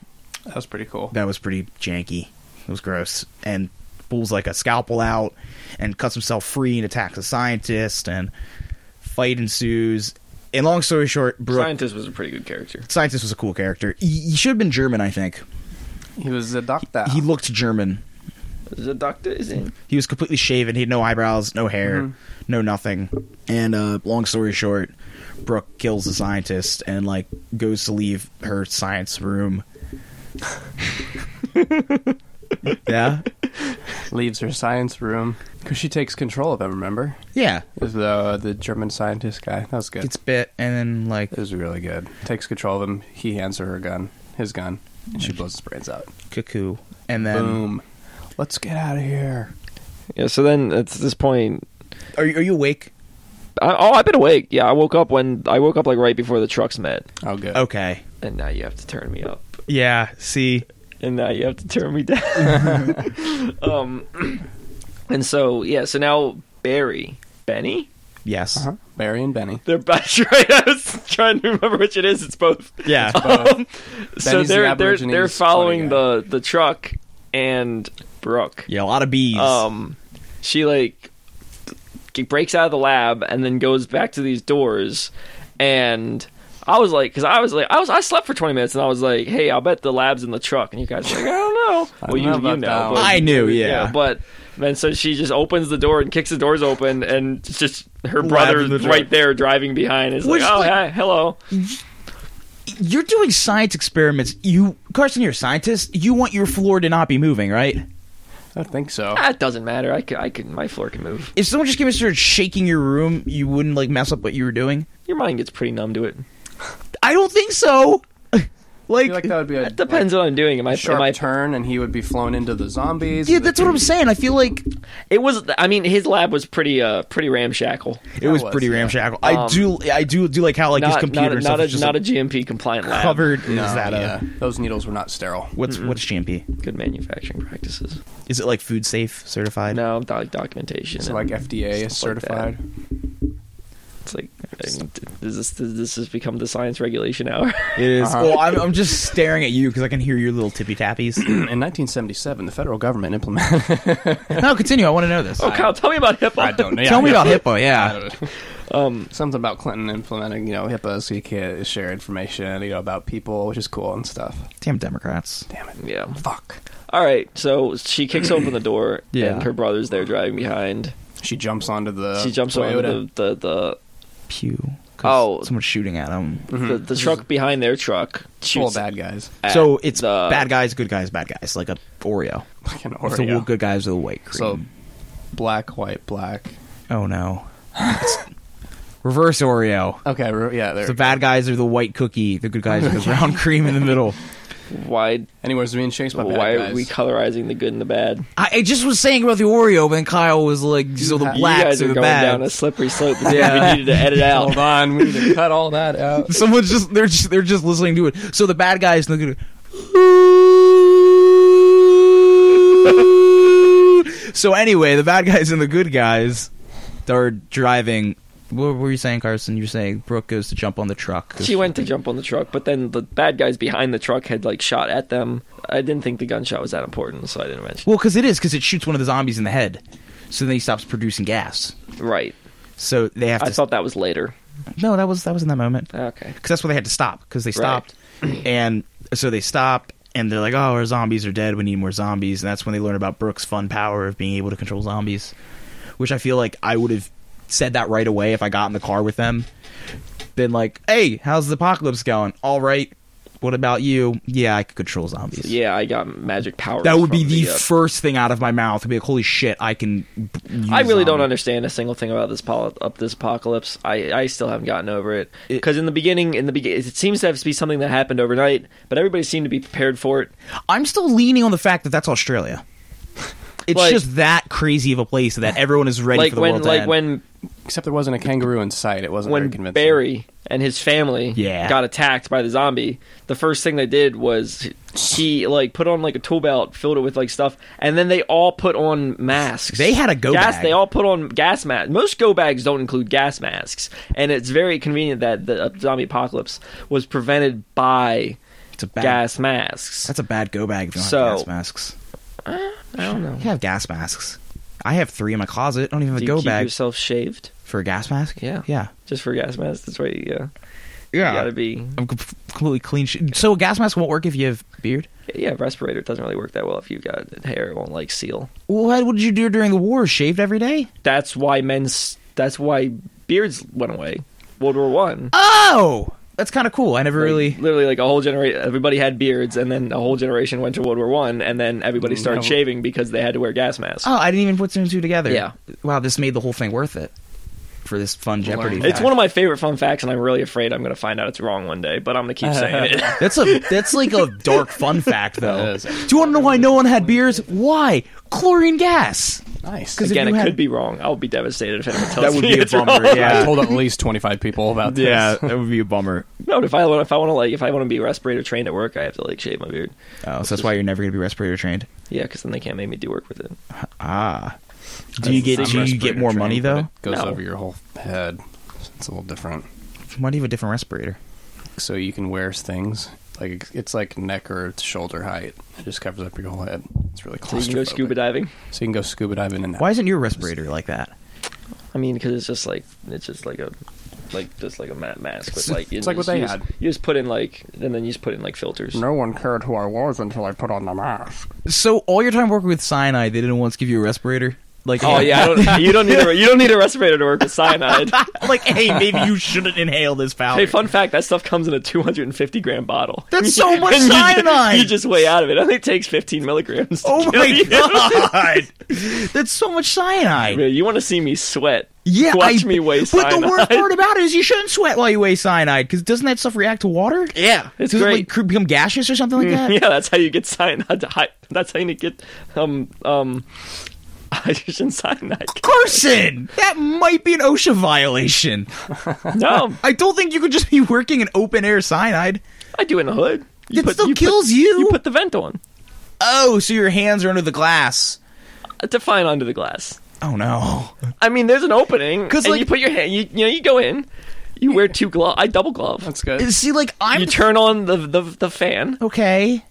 S3: That was pretty cool.
S1: that was pretty janky. It was gross. And pulls like a scalpel out and cuts himself free and attacks a scientist and fight ensues. And long story short, Brooke
S2: Scientist was a pretty good character.
S1: scientist was a cool character. He, he should have been German, I think.
S3: He was a doctor.
S1: He looked German.
S2: The doctor is in.
S1: He was completely shaven. He had no eyebrows, no hair, no nothing. And uh, long story short, Brooke kills the scientist and like goes to leave her science room. yeah,
S3: leaves her science room because she takes control of him. Remember,
S1: yeah.
S3: is the the German scientist guy? That was good.
S1: Gets bit and then like
S3: it was really good. Takes control of him. He hands her her gun, his gun, and she blows his brains out.
S1: cuckoo. Mm. and then
S3: Boom. Let's get out of here.
S2: Yeah. So then at this point,
S1: are you, are you awake?
S2: I, oh, I've been awake. Yeah, I woke up when I woke up like right before the trucks met,
S3: Oh, good.
S1: Okay.
S2: and now you have to turn me up,
S1: Yeah. See.
S2: and now you have to turn me down. um, and so yeah, so now Barry, Benny,
S1: Yes.
S3: Uh-huh. Barry and Benny.
S2: they're back. Right, I was trying to remember which it is. It's both.
S1: Yeah.
S2: Um, so
S3: Benny's the
S2: they're they're
S3: Aborigines
S2: they're following
S3: funny
S2: the the truck and Brooke.
S1: Yeah. A lot of bees.
S2: Um, she like g- breaks out of the lab and then goes back to these doors, and I was like, because I was like, I was I slept for twenty minutes and I was like, hey, I'll bet the lab's in the truck, and you guys were like, I don't know. well,
S3: I don't
S2: you
S3: know
S2: you
S3: about that
S2: know,
S3: one.
S2: but,
S1: I knew, yeah.
S2: but. And so she just opens the door and kicks the doors open, and it's just her
S1: Lab
S2: brother
S1: in the truck.
S2: right there driving behind is
S1: Which,
S2: like, "Oh,
S1: like-
S2: hi, hello."
S1: You're doing science experiments. You, Carson, you're a scientist. You want your floor to not be moving, right?
S3: I don't think so.
S2: Ah, It doesn't matter. I can, I can. My floor can move.
S1: If someone just came and started shaking your room, you wouldn't like mess up what you were doing.
S2: Your mind gets pretty numb to it.
S1: I don't think so.
S3: I
S1: like,
S3: feel like that would be a
S2: It depends on what I'm doing. Am I?
S3: like, sharp
S2: Am I?
S3: turn, and he would be flown into the zombies.
S1: yeah,
S3: and they
S1: that's what
S3: could-
S1: I'm saying. I feel like
S2: It was. I mean, his lab was pretty, uh, pretty ramshackle.
S1: it was,
S3: was,
S1: pretty
S3: yeah.
S1: ramshackle. I
S2: Um,
S1: do, I do, do like how like his
S2: not,
S1: computer
S2: not,
S1: and
S2: not
S1: stuff
S2: a,
S1: is just
S2: not
S1: like,
S2: a GMP compliant lab.
S1: covered.
S3: No,
S1: is that
S3: yeah.
S1: a
S3: Those needles were not sterile.
S1: what's what's GMP?
S2: Good manufacturing practices.
S1: Is it like food safe certified?
S2: No, doc- documentation.
S3: So
S2: and
S3: like FDA is
S2: stuff like that.
S3: certified.
S2: it's like, I mean, th- does this does this has become the science regulation hour?
S1: It is.
S3: Uh-huh.
S1: Well, I'm, I'm just staring at you because I can hear your little tippy tappies.
S3: In 1977, the federal government implemented.
S1: no, continue. I want to know this.
S2: oh, Kyle, tell me about HIPAA.
S3: I don't know.
S1: Tell me
S3: Yeah.
S1: about HIPAA. Yeah.
S2: Um,
S3: something about Clinton implementing, you know, HIPAA so you can't share information, you know, about people, which is cool and stuff.
S1: Damn Democrats.
S3: Damn it.
S2: yeah.
S3: Fuck.
S2: All right. So she kicks open the door,
S1: Yeah.
S2: and her brother's there driving behind.
S3: She jumps onto the.
S2: she jumps
S3: Toyota.
S2: on the the the,
S1: Pew. 'Cause
S2: Oh.
S1: someone's shooting at them.
S2: the, the truck behind their truck.
S3: Full
S2: Shoots
S3: bad guys.
S2: at
S1: So it's
S2: the-
S1: bad guys, good guys, bad guys, like a Oreo.
S3: Fucking
S1: It's the
S3: Oreo.
S1: good guys with the white cream.
S3: So, black, white, black.
S1: oh no. It's reverse Oreo.
S3: Okay, re- yeah. There.
S1: The bad guys are the white cookie. The good guys are the round cream in the middle.
S2: Why?
S3: Anyways, being chased by bad
S2: Why
S3: guys.
S2: are we colorizing the good and the bad?
S1: I, I just was saying about the Oreo, but then Kyle was like, "So the
S3: ha- you
S1: blacks
S2: you guys
S1: are,
S2: are
S1: the
S2: going down a
S1: bad."
S2: slippery slope. that
S1: Yeah.
S2: we needed to edit out.
S3: Hold on, we need to cut all that out.
S1: Someone's just they're just they're just listening to it. So the bad guys look at it. So anyway, the bad guys and the good guys are driving. What were you saying, Carson? You're saying Brooke goes to jump on the truck.
S2: She went to jump on the truck, but then the bad guys behind the truck had like shot at them. I didn't think the gunshot was that important, so I didn't mention.
S1: Well, because it is because it shoots one of the zombies in the head, so then he stops producing gas.
S2: it. Right.
S1: So they have to.
S2: I thought that was later.
S1: no, that was that was in that moment.
S2: Okay.
S1: because that's where they had to stop because they stopped and so they stop and they're like oh our zombies are dead we need more zombies and that's when they learn about brooke's fun power of being able to control zombies which i feel like i would have said that right away if i got in the car with them been like hey how's the apocalypse going all right what about you yeah i could control zombies
S2: Yeah, I got magic powers.
S1: that would be
S2: from
S1: the
S2: uh,
S1: first thing out of my mouth would be like holy shit i can b- use
S2: uh, I really don't
S1: zombies."
S2: understand a single thing about this pol- up this apocalypse. I, I still haven't gotten over it because in the beginning, in the beginning, it seems to have to be something that happened overnight. But everybody seemed to be prepared for it.
S1: I'm still leaning on the fact that that's Australia. It's
S2: Like-
S1: just that crazy of a place that everyone is ready
S2: Like
S1: for the
S2: when,
S1: world to
S2: like
S1: end.
S2: when
S3: Except there wasn't a kangaroo in sight. It wasn't very
S2: when
S3: convincing.
S2: Barry and his family
S1: Yeah.
S2: got attacked by the zombie, the first thing they did was he like put on like a tool belt, filled it with like stuff, and then they all put on masks.
S1: They had a go
S2: gas.
S1: bag.
S2: They all put on gas masks. Most go bags don't include gas masks, and it's very convenient that the uh, zombie apocalypse was prevented by
S1: it's a bad,
S2: gas masks.
S1: That's a bad go bag if you don't
S2: So-
S1: have gas masks.
S2: I don't know.
S1: You have gas masks. I have three in my closet. I don't even have
S2: Do
S1: a
S2: you
S1: go
S2: keep
S1: bag
S2: yourself shaved
S1: for a gas mask.
S2: Yeah.
S1: yeah,
S2: just for gas masks? That's right. Yeah,
S1: yeah.
S2: you gotta be.
S1: I'm com- completely clean. Sh- so a gas mask won't work if you have beard.
S2: Yeah, respirator doesn't really work that well if you've got hair. It won't like seal.
S1: Well, what did you do during the war? Shaved every day?
S2: that's why men's that's why beards went away world war one
S1: Oh, that's kind of cool. I never
S2: Like,
S1: really.
S2: literally like a whole generation everybody had beards and then a whole generation went to world war one and then everybody
S3: Mm,
S2: started
S3: no.
S2: shaving because they had to wear gas masks
S1: Oh, I didn't even put two and two together.
S2: Yeah.
S1: Wow, this made the whole thing worth it. for this fun Jeopardy.
S2: It's one of my favorite fun facts, and I'm really afraid I'm going to find out it's wrong one day. But I'm
S1: Uh,
S2: going to keep saying it.
S1: That's a that's like a dark fun fact though.
S3: It is.
S1: Do you want to know why no one had beers? Why chlorine gas?
S3: Nice.
S1: 'Cause if
S2: Again,
S1: you
S2: it
S1: had-
S2: could be wrong. I'll be devastated if anyone tells
S1: That would
S2: me
S1: be a
S2: it's wrong.
S1: bummer.
S3: I
S1: Yeah,
S3: told at least 25 people about this.
S1: yeah, that would be a bummer.
S2: No, but if I want, if I want to like, if I want to be respirator trained at work, I have to like shave my beard.
S1: Oh, so that's why you're never gonna be respirator trained.
S2: Yeah, because then they can't make me do work with it.
S1: Ah, do you get
S2: That's
S1: do
S2: the
S1: you
S2: same
S1: get more money though?
S3: It goes
S2: No.
S3: over your whole head. It's a little different.
S1: Why do you have a different respirator?
S3: So you can wear things. Like it's like neck or shoulder height. It just covers up your whole head. It's really
S2: So
S3: close.
S2: you can go scuba diving.
S3: So you can go scuba diving and
S1: Why isn't your respirator like that?
S2: I mean, because it's just like it's just like a like just like a ma- mask, but like you
S3: It's like what
S2: just-
S3: they
S2: you just-
S3: had.
S2: you just put in like, and then you just put in like filters.
S3: No one cared who I was until I put on the mask.
S1: So all your time working with cyanide, they didn't once give you a respirator. Like
S2: Oh yeah, I don't, you don't need a you don't need a respirator to work with cyanide.
S1: like hey, maybe you shouldn't inhale this powder.
S2: hey, fun fact: that stuff comes in a 250 gram bottle.
S1: That's so much
S2: And you-
S1: cyanide!
S2: You, just weigh out of it. It only takes 15 milligrams. to
S1: Oh
S2: kill
S1: my
S2: you.
S1: god, that's so much cyanide.
S2: Man, you want to see me sweat?
S1: Yeah,
S2: watch
S1: I,
S2: me waste.
S1: But the worst part about it is you shouldn't sweat while you weigh cyanide because doesn't that stuff react to water?
S2: yeah, it's
S1: Does it like
S2: great. Mm,
S1: cr- become gaseous or something like that?
S2: yeah, that's how you get cyanide. hi- That's how you get um um hydrogen cyanide.
S1: Carson, that might be an OSHA violation.
S2: No,
S1: I don't think you could just be working in open air cyanide.
S2: I do in the hood. You
S1: It still
S2: you
S1: kills you.
S2: You put the vent on.
S1: Oh, so your hands are under the glass.
S2: Define under the glass.
S1: Oh no.
S2: I mean, there's an opening
S1: 'Cause,
S2: because
S1: like-
S2: you put your hand. You you know you go in. You wear two glove. I double glove.
S3: That's good.
S1: Uh, See, like I'm
S2: Uh, You turn on the, the the fan,
S1: okay.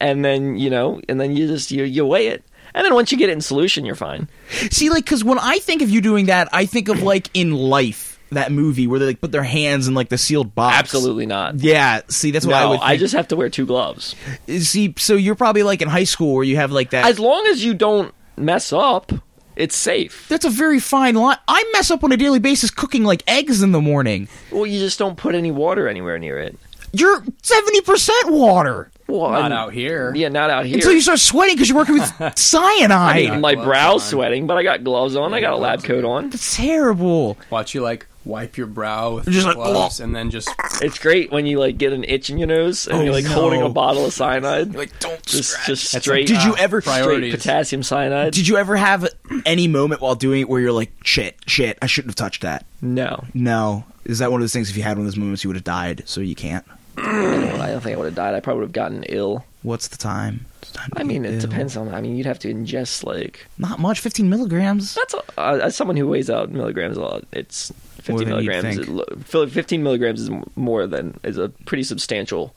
S2: and then you know, and then you just you you weigh it, and then once you get it in solution, you're fine.
S1: See, like, because when I think of you doing that, I think of like in life that movie where they like put their hands in like the sealed box.
S2: Absolutely not.
S1: Yeah. See, that's what I
S2: no,
S1: would. Think.
S2: I just have to wear two gloves.
S1: see. So you're probably like in high school where you have like that.
S2: As long as you don't mess up, it's safe.
S1: That's a very fine line. I mess up on a daily basis cooking like eggs in the morning.
S2: Well, you just don't put any water anywhere near it.
S1: You're 70% water
S2: Well,
S3: Not
S2: I'm-
S3: out here.
S2: Yeah, not out here.
S1: until you start sweating because you're working with cyanide.
S2: I mean, my
S3: gloves
S2: brow's
S3: on.
S2: sweating, but I got gloves on. I got a lab coat on.
S1: That's terrible.
S3: Watch you like wipe your brow with
S1: Just like,
S3: gloves and then just
S2: It's great when you like get an itch in your nose and
S1: Oh,
S2: you're like
S1: no.
S2: holding a bottle of cyanide,
S1: Like, don't
S2: just just
S3: That's
S2: straight.
S1: Did you
S3: Ah,
S1: ever
S2: straight
S3: priorities.
S2: potassium cyanide?
S1: Did you ever have any moment while doing it where you're like, shit, shit, I shouldn't have touched that?
S2: no,
S1: No. Is that one of those things? If you had one of those moments, you would have died. So you can't.
S2: Well, I don't think I would have died. I probably would have gotten ill.
S1: What's the time? It's time to
S2: I
S1: be
S2: mean, it
S1: ill.
S2: depends on. I mean, you'd have to ingest like
S1: Not much. 15 milligrams.
S2: that's a, uh, as someone who weighs out milligrams a lot. It's
S1: More
S2: fifteen
S1: than you'd
S2: milligrams. is
S1: think.
S2: lo- fil- Fifteen milligrams is m- more than is a pretty substantial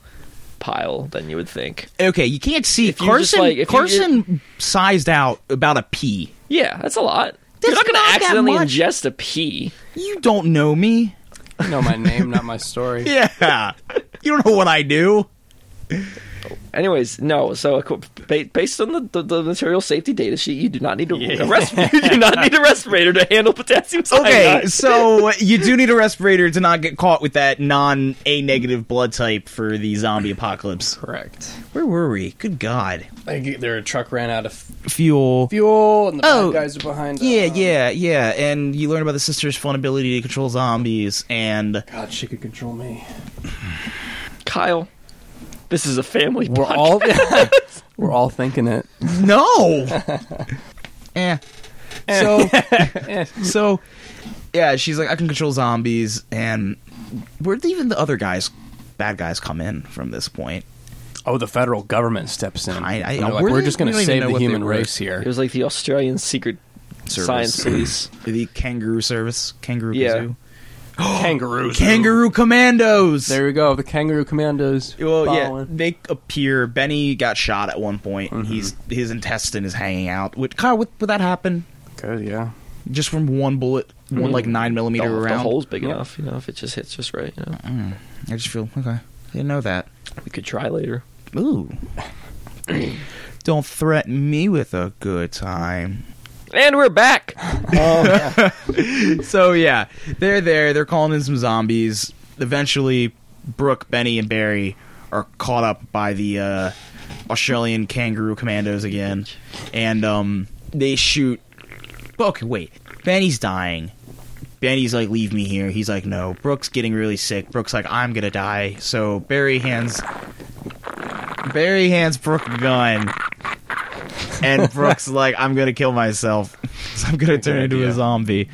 S2: pile than you would think.
S1: Okay, you can't see.
S2: If you just,
S1: Carson,
S2: like- if you-
S1: Carson sized out about a pea.
S2: Yeah, that's a lot.
S1: That's
S2: You're not going
S1: not
S2: to
S1: that
S2: accidentally
S1: much.
S2: ingest a pea.
S1: You don't know me.
S3: you know my name, not my story.
S1: Yeah. You don't know what I do.
S2: Anyways, no. So ac- ba- based on the, the, the material safety data sheet, you do not need a, a res- you do not need a respirator to handle potassium
S1: Okay,
S2: cyanide.
S1: uh, so you do need a respirator to not get caught with that non A negative blood type for the zombie apocalypse.
S3: Correct.
S1: Where were we? Good God.
S3: Like their truck ran out of
S1: Fuel.
S3: fuel and the
S1: Oh,
S3: bad guys are behind.
S1: Yeah,
S3: uh,
S1: yeah, yeah. And you learn about the sister's fun ability to control zombies and
S3: God, she could control me.
S2: Kyle, this is a family.
S3: We're
S2: podcast.
S3: all we're all thinking it.
S1: No. eh. So
S2: Eh.
S1: so yeah, she's like I can control zombies and where did even the other guys bad guys come in from this point?
S3: Oh, the federal government steps in.
S1: I- I-
S3: And they're like,
S1: were
S3: we're
S1: they-
S3: just
S1: we
S3: going
S1: don't
S3: to
S1: even
S3: save
S1: know
S3: the
S1: what they
S3: human
S1: were.
S3: race
S2: It
S3: here.
S2: was like the Australian secret
S1: Service.
S2: science police.
S1: The kangaroo service, kangaroo
S2: Yeah.
S1: kazoo.
S3: Kangaroos.
S1: Kangaroo commandos.
S3: There we go. The kangaroo commandos.
S1: well, yeah,
S3: following.
S1: they appear. Benny got shot at one point, and he's
S2: Mm-hmm.
S1: his intestine is hanging out. Which, Kyle, would, would that happen?
S3: Good, yeah.
S1: Just from one bullet, one like nine
S2: Mm-hmm. The,
S1: millimeter
S2: the
S1: round.
S2: hole's big enough, you know. If it just hits just right, you know.
S1: I just feel okay. I didn't know that.
S2: We could try later.
S1: Ooh. Don't threaten me with a good time.
S2: And we're back.
S1: Oh, So yeah, they're there. They're calling in some zombies. Eventually, Brooke, Benny, and Barry are caught up by the uh, Australian kangaroo commandos again, and um, they shoot. Okay, wait. Benny's dying. Benny's like, leave me here. He's like, no. Brooke's getting really sick. Brooke's like, I'm gonna die. So Barry hands Barry hands Brooke a gun. And Brooke's like, I'm gonna kill myself. So I'm gonna turn into a
S3: idea.
S1: zombie.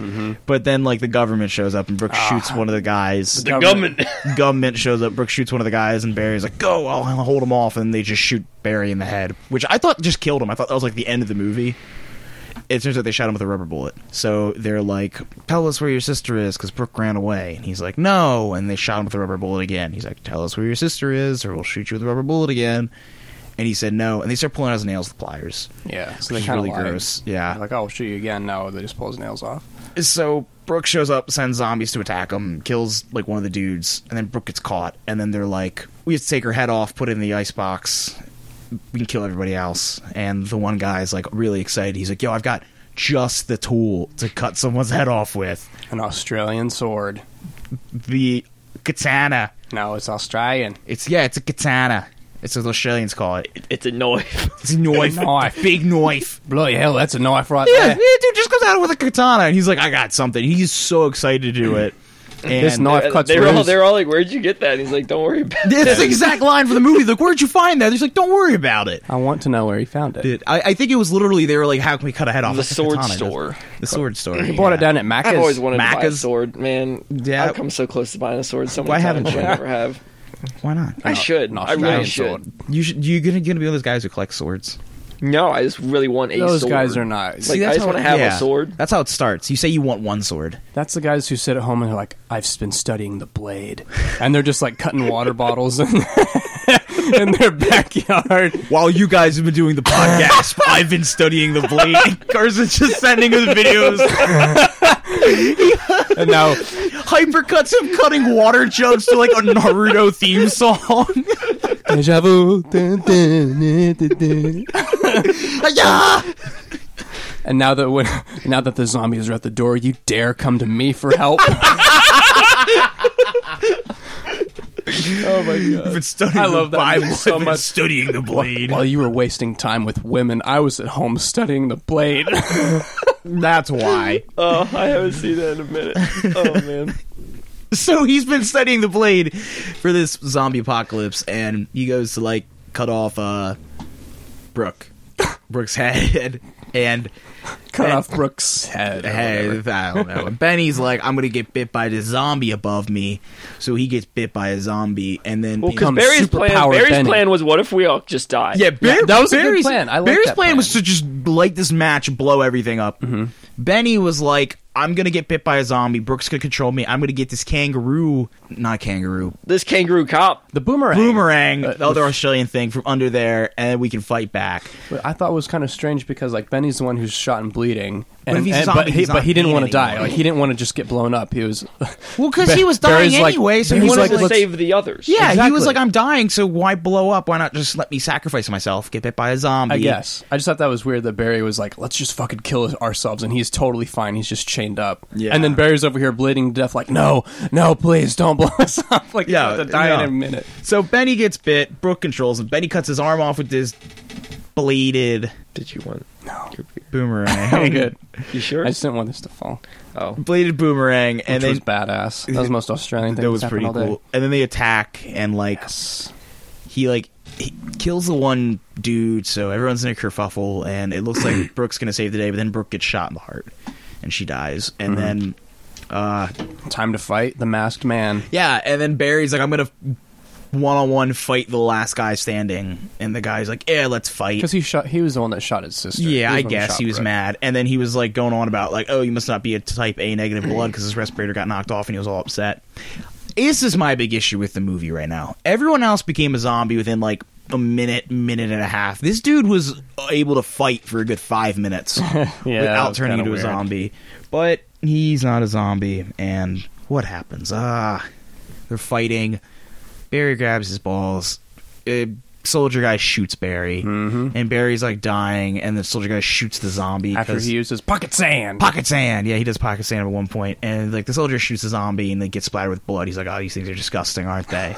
S1: But then like the government shows up and Brooke shoots one of the guys.
S2: The government.
S1: government shows up, Brooke shoots one of the guys and Barry's like, Go, I'll I'll hold him off and they just shoot Barry in the head. Which I thought just killed him. I thought that was like the end of the movie it turns out they shot him with a rubber bullet. So they're like, "Tell us where your sister is," because Brooke ran away, and he's like, "No," and they shot him with a rubber bullet again. He's like, "Tell us where your sister is, or we'll shoot you with a rubber bullet again." And he said no, and they start pulling out his nails with pliers.
S3: Yeah, so
S1: Which is
S3: kinda
S1: really
S3: lied.
S1: gross, yeah.
S3: They're like oh, I'll shoot you again. No, they just pull his nails off.
S1: So Brooke shows up, sends zombies to attack him, kills like one of the dudes, and then Brooke gets caught. And then they're like, "We have to take her head off, put it in the ice box. We can kill everybody else." And the one guy's like really excited. He's like, "Yo, I've got." Just the tool to cut someone's head off with.
S3: An Australian sword.
S1: the katana.
S3: No, it's Australian.
S1: It's yeah, it's a katana. It's what the Australians call it.
S2: It's a knife.
S1: It's a knife,
S3: Knife.
S1: big knife.
S3: Bloody hell, that's a knife right
S1: Yeah, yeah,
S3: there.
S1: dude just comes out with a katana and he's like, I got something. He's so excited to do it. And
S3: This knife cuts
S2: they're all
S3: loose.
S2: they're all like, "Where'd you get that?" And he's like, "Don't worry about it."
S1: That's the exact line from the movie. Like, where'd you find that? He's like, don't worry about it.
S3: I want to know where he found it.
S1: Dude, I, I think it was literally they were like, how can we cut a head off?
S2: The
S1: It's a
S2: sword
S1: katana.
S2: store.
S1: The sword store.
S3: He bought it down at Macca's.
S2: I've always wanted to buy a
S1: Macca's?
S2: sword, man.
S1: Yeah.
S2: I've come so close to buying a sword. So many
S1: Why
S2: times,
S1: haven't
S2: but I
S1: you?
S2: never have.
S1: Why not? Oh,
S2: I should.
S3: an
S2: I really
S3: Australian
S2: should.
S1: You should. You're gonna, gonna be one of those guys who collects swords.
S2: No, I just really want a
S3: Those
S2: sword.
S3: guys are nice.
S2: Like,
S1: See, that's
S2: I just
S1: how-
S2: want to have
S1: yeah.
S2: a sword.
S1: That's how it starts. You say you want one sword.
S3: That's the guys who sit at home and are like, I've been studying the blade. And they're just like cutting water bottles in, in their backyard.
S1: While you guys have been doing the podcast, I've been studying the blade. Carson's just sending us videos.
S3: And now,
S1: Hypercuts him cutting water jugs to like a Naruto theme song.
S3: deja vu. dun, dun, dun, dun, dun.
S1: yeah!
S3: And now that when, now that the zombies are at the door, you dare come to me for help. oh my god.
S1: I've been studying
S3: I love
S1: the
S3: that
S1: Bible.
S3: so
S1: I've been
S3: much.
S1: studying the blade.
S3: While you were wasting time with women, I was at home studying the blade.
S1: That's why.
S2: Oh, I haven't seen that in a minute. Oh man,
S1: So he's been studying the blade for this zombie apocalypse, and he goes to like cut off uh Brooke. Brooke's head. And
S3: Cut
S1: And-
S3: off Brooks' head. or Oh, whatever.
S1: Hey, I don't know. And Benny's like, I'm gonna get bit by the zombie above me, so he gets bit by a zombie, and then
S2: well, because
S3: Become
S2: Barry's plan,
S3: superpower
S2: Barry's
S3: Benny.
S2: plan was, "What if we all just die?"
S1: yeah, Bar-
S3: that was a good
S1: Barry's,
S3: plan. I like
S1: Barry's
S3: that
S1: plan,
S3: plan. Mm-hmm.
S1: was to just light this match, blow everything up. Benny was like, I'm gonna get bit by a zombie. Brooks gonna control me. I'm gonna get this kangaroo, not kangaroo,
S2: This kangaroo cop.
S3: The boomerang.
S1: boomerang,
S3: Uh,
S1: the other Australian thing from under there, and we can fight back.
S3: But I thought it was kind of strange because like Benny's the one who's shot and bleeding, and,
S1: if he's
S3: and-
S1: zombie,
S3: but he
S1: he's
S3: but
S1: not
S3: he didn't
S1: dead
S3: want to die.
S1: anymore.
S3: Like he didn't want to just get blown up. He was
S1: Well, because he was dying
S3: Barry's like-
S1: anyway, so he was
S2: He
S3: Barry's like,
S2: wanted to
S3: let's-
S2: save the others.
S1: Yeah, he was
S3: Exactly.
S1: like, I'm dying, so why blow up? Why not just let me sacrifice myself, get bit by a zombie?
S3: I guess I just thought that was weird that Barry was like, let's just fucking kill ourselves, and he's totally fine. He's just chained up.
S1: Yeah.
S3: And then Barry's over here bleeding to death, like no, no, please don't blow us up. Like
S1: Yeah,
S3: yeah, to die
S1: no.
S3: in a minute.
S1: So Benny gets bit. Brooke controls him. Benny cuts his arm off with this bladed
S2: Did you want? No.
S1: boomerang.
S3: Good.
S2: You sure?
S3: I just didn't want this to fall.
S2: oh.
S1: Bladed boomerang, and
S3: And
S1: then
S3: was badass. That was the most Australian thing.
S1: that was
S3: that's
S1: pretty
S3: happened all day.
S1: cool. And then they attack, and like he like he kills the one dude, so everyone's in a kerfuffle, and it looks like Brooke's gonna save the day, but then Brooke gets shot in the heart, and she dies, and then. Uh,
S3: Time to fight the masked man.
S1: yeah, and then Barry's like, I'm gonna one on one fight the last guy standing, and the guy's like, Yeah, let's fight.
S3: Because he shot, he was the one that shot his sister.
S1: Yeah,
S3: He
S1: I
S3: was the one that
S1: guess
S3: shot
S1: he was
S3: Brooke.
S1: mad, and then he was like going on about like, oh, you must not be a type A negative blood because his respirator got knocked off, and he was all upset. This is my big issue with the movie right now. Everyone else became a zombie within like a minute, minute and a half. This dude was able to fight for a good five minutes
S3: that
S1: without
S3: was
S1: turning
S3: kinda
S1: into a
S3: weird.
S1: zombie, but he's not a zombie. And what happens? Ah, they're fighting. Barry grabs his balls. Uh, soldier guy shoots Barry,
S3: Mm-hmm.
S1: and Barry's like dying, and the soldier guy shoots the zombie
S3: after
S1: 'cause-
S3: he uses pocket sand.
S1: pocket sand. Yeah, he does pocket sand at one point, and like the soldier shoots the zombie, and they get splattered with blood. He's like, "Oh, these things are disgusting, aren't they?"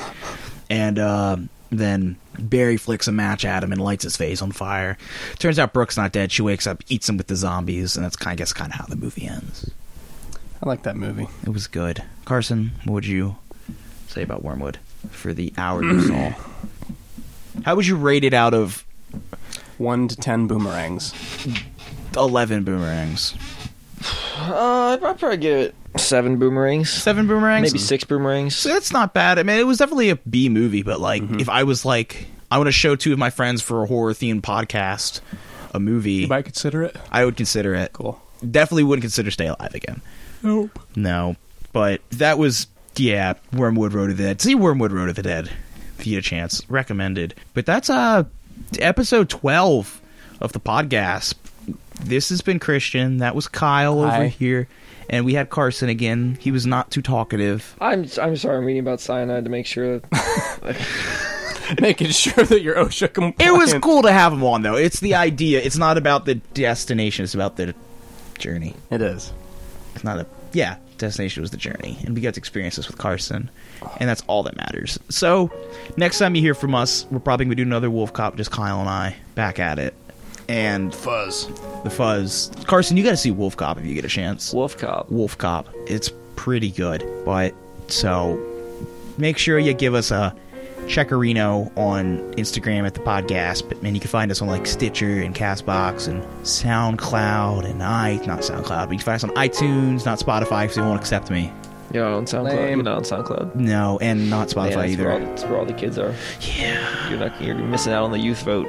S1: And um, then Barry flicks a match at him and lights his face on fire. Turns out Brooke's not dead. She wakes up, eats him with the zombies, and that's kind of guess kind of how the movie ends.
S3: I like that movie.
S1: It was good. Carson, what would you say about Wormwood for the hour you saw? How would you rate it out of
S3: One to ten boomerangs.
S1: 11 boomerangs?
S2: Uh, I'd probably give it seven boomerangs,
S1: Seven boomerangs?
S2: maybe six boomerangs.
S1: So that's not bad. I mean, it was definitely a B movie, but like, if I was like, I want to show two of my friends for a horror themed podcast a movie,
S3: You might consider it.
S1: I would consider it.
S3: Cool.
S1: Definitely wouldn't consider Stay Alive again.
S3: Nope.
S1: No, but that was yeah, Wormwood Road of the Dead. See Wormwood Road of the Dead if you get a chance. Recommended. But that's uh episode twelve of the podcast. This has been Christian. That was Kyle over
S3: Hi.
S1: here, and we had Carson again. He was not too talkative.
S2: I'm I'm sorry. I'm reading about cyanide to make sure.
S3: Making sure that your OSHA
S1: It
S3: compliant.
S1: was cool to have him on though. It's the idea. It's not about the destination. It's about the journey.
S3: It is.
S1: It's not a yeah. Destination was the journey, and we got to experience this with Carson, and that's all that matters. So, next time you hear from us, we're probably gonna do another Wolf Cop, just Kyle and I back at it, and
S3: Fuzz.
S1: the fuzz. Carson, you got to see Wolf Cop if you get a chance.
S2: Wolf cop.
S1: Wolf Cop, it's pretty good, but so make sure you give us a checkerino on Instagram at the podcast, but man, you can find us on like Stitcher and Castbox and SoundCloud and i not SoundCloud, but you can find us on iTunes, not Spotify because they won't accept me.
S2: You're not on SoundCloud.
S3: Lame.
S2: You're not on SoundCloud.
S1: No, and not
S2: Yeah,
S1: Spotify
S2: that's
S1: either.
S2: Where all, that's where all the kids are. Yeah. You're not. You're missing out on the youth vote.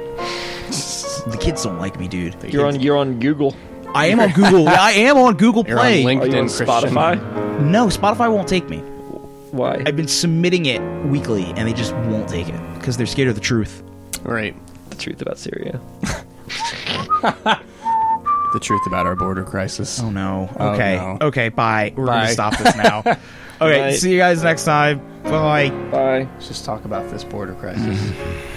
S1: The kids don't like me, dude.
S2: You're on. You're on Google.
S1: I am on Google. I am on Google
S3: You're on
S1: Play.
S3: Link-
S2: Are you
S3: LinkedIn
S2: on
S3: Christian.
S2: Spotify?
S1: no, Spotify won't take me.
S2: Why?
S1: I've been submitting it weekly, and they just won't take it because they're scared of the truth.
S3: Right.
S2: the truth about Syria.
S3: The truth about our border crisis.
S1: Oh no.
S3: Oh,
S1: Okay.
S3: no.
S1: Okay, bye. We're
S3: Bye.
S1: gonna stop this now. okay,
S2: Bye.
S1: see you guys next time. Bye.
S2: Bye.
S3: Let's just talk about this border crisis.